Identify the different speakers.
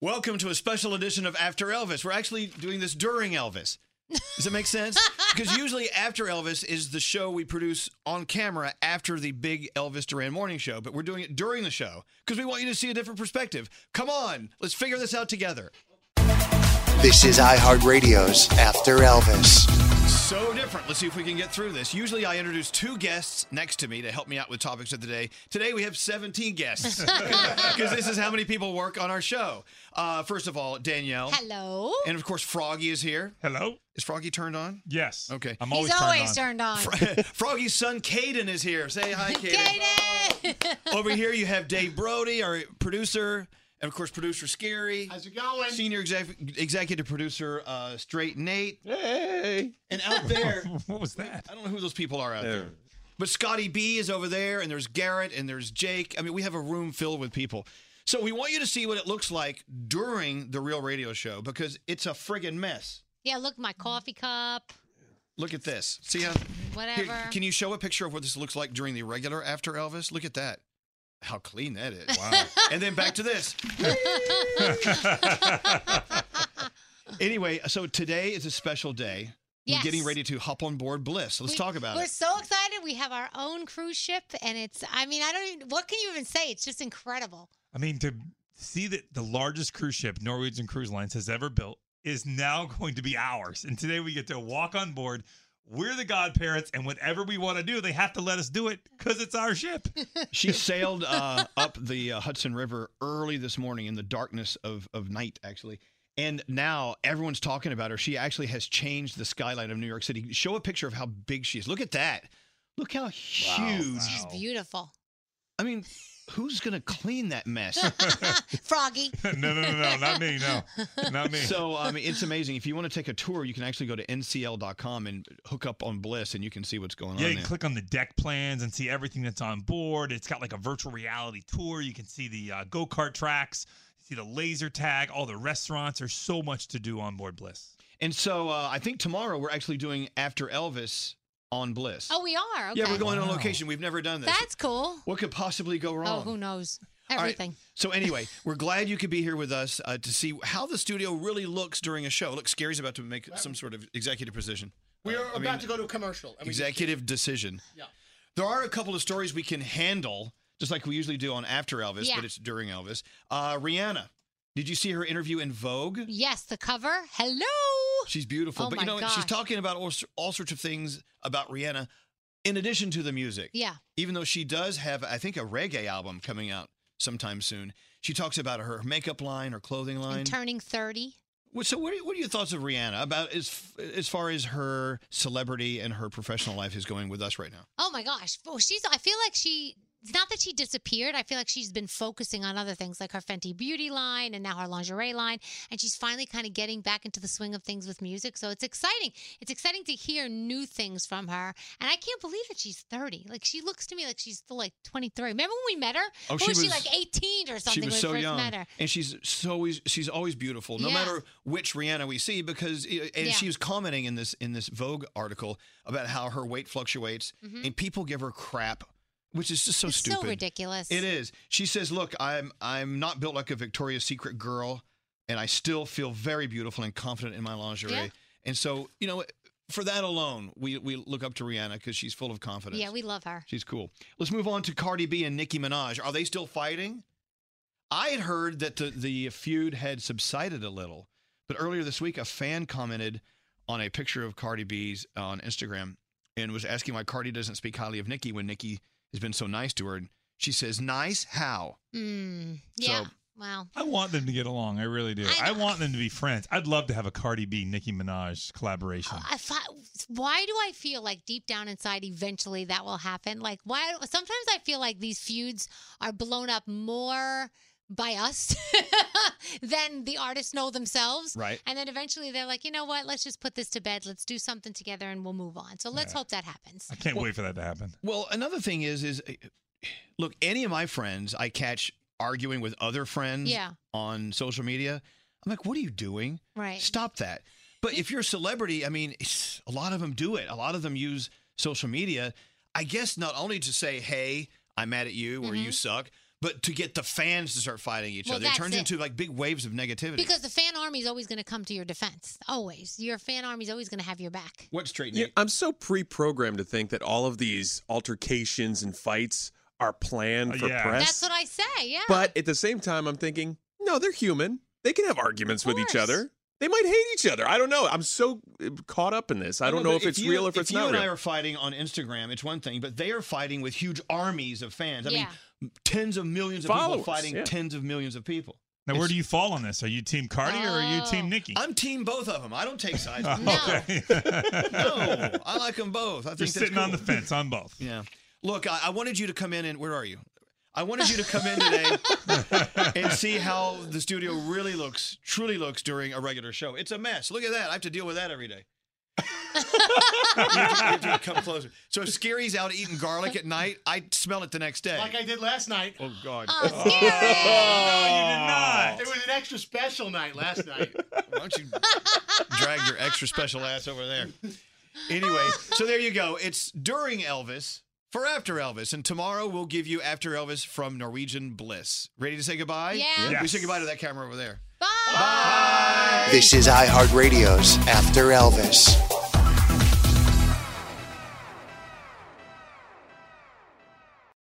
Speaker 1: Welcome to a special edition of After Elvis. We're actually doing this during Elvis. Does that make sense? Because usually After Elvis is the show we produce on camera after the big Elvis Duran morning show, but we're doing it during the show because we want you to see a different perspective. Come on, let's figure this out together.
Speaker 2: This is iHeartRadio's After Elvis.
Speaker 1: So different. Let's see if we can get through this. Usually I introduce two guests next to me to help me out with topics of the day. Today we have 17 guests because this is how many people work on our show. Uh, first of all, Danielle.
Speaker 3: Hello.
Speaker 1: And of course, Froggy is here.
Speaker 4: Hello.
Speaker 1: Is Froggy turned on?
Speaker 4: Yes.
Speaker 1: Okay.
Speaker 4: I'm
Speaker 3: He's always turned on.
Speaker 1: Froggy's son, Caden, is here. Say hi, Caden.
Speaker 3: Katie!
Speaker 1: Over here, you have Dave Brody, our producer, and of course, producer Scary. How's it going? Senior exec- executive producer, uh, Straight Nate.
Speaker 5: Hey.
Speaker 1: And out there,
Speaker 4: What was that?
Speaker 1: I don't know who those people are out there. But Scotty B is over there, and there's Garrett, and there's Jake. I mean, we have a room filled with people. So we want you to see what it looks like during the real radio show because it's a friggin' mess.
Speaker 3: yeah, look, my coffee cup,
Speaker 1: Look at this. See how?
Speaker 3: whatever.
Speaker 1: Here, can you show a picture of what this looks like during the regular after Elvis? Look at that. How clean that is. Wow. and then back to this. anyway, so today is a special day.
Speaker 3: Yes.
Speaker 1: We're getting ready to hop on board Bliss. Let's
Speaker 3: We-
Speaker 1: talk about
Speaker 3: We're
Speaker 1: it.
Speaker 3: so excited. We have our own cruise ship, and it's, I mean, I don't even, what can you even say? It's just incredible.
Speaker 4: I mean, to see that the largest cruise ship Norwegian Cruise Lines has ever built is now going to be ours. And today we get to walk on board. We're the godparents, and whatever we want to do, they have to let us do it because it's our ship.
Speaker 1: She sailed uh, up the uh, Hudson River early this morning in the darkness of, of night, actually. And now everyone's talking about her. She actually has changed the skyline of New York City. Show a picture of how big she is. Look at that. Look how huge.
Speaker 3: She's beautiful.
Speaker 1: I mean, who's going to clean that mess?
Speaker 3: Froggy.
Speaker 4: no, no, no, no, not me. No, not me.
Speaker 1: so, I mean, it's amazing. If you want to take a tour, you can actually go to ncl.com and hook up on Bliss and you can see what's going
Speaker 4: yeah,
Speaker 1: on
Speaker 4: you can
Speaker 1: there.
Speaker 4: click on the deck plans and see everything that's on board. It's got like a virtual reality tour. You can see the uh, go kart tracks, see the laser tag, all the restaurants. There's so much to do on board Bliss.
Speaker 1: And so, uh, I think tomorrow we're actually doing After Elvis on Bliss.
Speaker 3: Oh, we are. Okay.
Speaker 1: Yeah, we're going on
Speaker 4: Wow.
Speaker 1: location. We've never done this.
Speaker 3: That's cool.
Speaker 1: what could possibly go wrong?
Speaker 3: Oh, who knows?
Speaker 1: All right.
Speaker 3: Everything.
Speaker 1: So anyway, we're glad you could be here with us uh, to see how the studio really looks during a show. Look, Scary's about to make some sort of executive position.
Speaker 6: We
Speaker 1: Uh,
Speaker 6: are
Speaker 1: I
Speaker 6: about
Speaker 1: mean,
Speaker 6: to go to a commercial. and we just-
Speaker 1: executive decision.
Speaker 6: Yeah.
Speaker 1: There are a couple of stories we can handle, just like we usually do on After Elvis,
Speaker 3: Yeah.
Speaker 1: but it's during Elvis. Uh, Rihanna, did you see her interview in Vogue?
Speaker 3: Yes, the cover. Hello.
Speaker 1: She's beautiful,
Speaker 3: Oh
Speaker 1: but you
Speaker 3: my
Speaker 1: know she's
Speaker 3: gosh.
Speaker 1: talking about all, all sorts of things about Rihanna, in addition to the music.
Speaker 3: Yeah.
Speaker 1: Even though she does have, I think, a reggae album coming out sometime soon. She talks about her makeup line, her clothing line.
Speaker 3: And turning 30.
Speaker 1: Well, So, what are, what are your thoughts of Rihanna about as as far as her celebrity and her professional life is going with us right now?
Speaker 3: Oh my gosh. Well, she's I feel like she it's not that she disappeared. I feel like she's been focusing on other things like her Fenty Beauty line and now her lingerie line. And she's finally kind of getting back into the swing of things with music. So it's exciting. It's exciting to hear new things from her. And I can't believe that she's 30. Like, she looks to me like she's still like 23. Remember when we met her?
Speaker 1: Oh,
Speaker 3: Or
Speaker 1: she
Speaker 3: was she
Speaker 1: was-
Speaker 3: like 18 or something
Speaker 1: she was
Speaker 3: when
Speaker 1: so
Speaker 3: we first
Speaker 1: young,
Speaker 3: met her?
Speaker 1: and she's so always she's always beautiful, no
Speaker 3: Yeah.
Speaker 1: matter which Rihanna we see. Because eh, and
Speaker 3: Yeah.
Speaker 1: she was commenting in this in this Vogue article about how her weight fluctuates, and people give her crap, which is just so
Speaker 3: Mm-hmm. it's
Speaker 1: stupid.
Speaker 3: so ridiculous.
Speaker 1: It is. She says, "Look, I'm I'm not built like a Victoria's Secret girl, and I still feel very beautiful and confident in my lingerie."
Speaker 3: Yeah.
Speaker 1: And so, you know, for that alone, we we look up to Rihanna because she's full of confidence.
Speaker 3: Yeah, we love her.
Speaker 1: she's cool. Let's move on to Cardi B and Nicki Minaj. Are they still fighting? I had heard that the the feud had subsided a little, but earlier this week, a fan commented on a picture of Cardi B's on Instagram and was asking why Cardi doesn't speak highly of Nicki when Nicki has been so nice to her. And she says, "Nice? How?"
Speaker 3: Mm, yeah.
Speaker 1: So-
Speaker 3: wow.
Speaker 4: I want them to get along. I really do.
Speaker 3: I
Speaker 4: I,
Speaker 3: know.
Speaker 4: want them to be friends. I'd love to have a Cardi B, Nicki Minaj collaboration.
Speaker 3: I fi- why do I feel like deep down inside eventually that will happen? Like why sometimes I feel like these feuds are blown up more by us than the artists know themselves.
Speaker 1: Right.
Speaker 3: And then eventually they're like, you know what, let's just put this to bed. Let's do something together and we'll move on. So let's hope that happens.
Speaker 4: I can't wait for that to happen.
Speaker 1: Well, another thing is is uh, look, any of my friends I catch arguing with other friends
Speaker 3: Yeah.
Speaker 1: on social media. I'm like, "What are you doing?
Speaker 3: Right.
Speaker 1: Stop that." But if you're a celebrity, I mean, it's, a lot of them do it. A lot of them use social media, I guess not only to say, "Hey, I'm mad at you" or "You suck," But to get the fans to start fighting each
Speaker 3: Mm-hmm. Well,
Speaker 1: other, it
Speaker 3: that's
Speaker 1: turns
Speaker 3: it.
Speaker 1: into like big waves of negativity.
Speaker 3: Because the fan army is always going to come to your defense. Always. Your fan army is always going to have your back.
Speaker 1: What's straight,
Speaker 5: Yeah,
Speaker 1: Nate?
Speaker 5: I'm so pre-programmed to think that all of these altercations and fights are planned
Speaker 4: Uh,
Speaker 5: for
Speaker 4: yeah.
Speaker 5: press.
Speaker 3: That's what I say. Yeah.
Speaker 5: But at the same time, I'm thinking, no, they're human. They can have arguments with each
Speaker 3: course.
Speaker 5: other. They might hate each other. I don't know. I'm so uh, caught up in this. I don't
Speaker 1: No,
Speaker 5: know
Speaker 1: but
Speaker 5: if it's real or if, it's
Speaker 1: you
Speaker 5: not
Speaker 1: and
Speaker 5: real.
Speaker 1: I are fighting on Instagram, it's one thing, but they are fighting with huge armies of fans. I
Speaker 3: yeah.
Speaker 1: mean, tens of millions of
Speaker 5: Followers,
Speaker 1: people fighting
Speaker 5: yeah.
Speaker 1: tens of millions of people.
Speaker 4: Now, where do you fall on this? Are you Team Cardi or are you Team
Speaker 3: Oh.
Speaker 4: Nikki?
Speaker 1: I'm team both of them. I don't take sides.
Speaker 4: Oh,
Speaker 1: no,
Speaker 3: No.
Speaker 4: Okay.
Speaker 1: I like them both. I think
Speaker 4: You're
Speaker 1: that's
Speaker 4: sitting on the
Speaker 1: cool.
Speaker 4: fence on both.
Speaker 1: Yeah. Look, I, I wanted you to come in and where are you? I wanted you to come in today and see how the studio really looks, truly looks during a regular show. It's a mess. Look at that. I have to deal with that every day. you, have to, you have to come closer. So if Scary's out eating garlic at night, I smell it the next day.
Speaker 6: Like I did last night.
Speaker 1: oh God!
Speaker 3: Oh,
Speaker 4: No,
Speaker 3: scary.
Speaker 4: you did not.
Speaker 6: It was an extra special night last night.
Speaker 1: Why don't you drag your extra special ass over there? Anyway, so there you go. It's during Elvis for after Elvis, and tomorrow we'll give you after Elvis from Norwegian Bliss. Ready to say goodbye?
Speaker 3: Yeah.
Speaker 1: We
Speaker 4: Yes.
Speaker 1: say goodbye to that camera over there.
Speaker 3: Bye.
Speaker 2: This is iHeartRadio's After Elvis.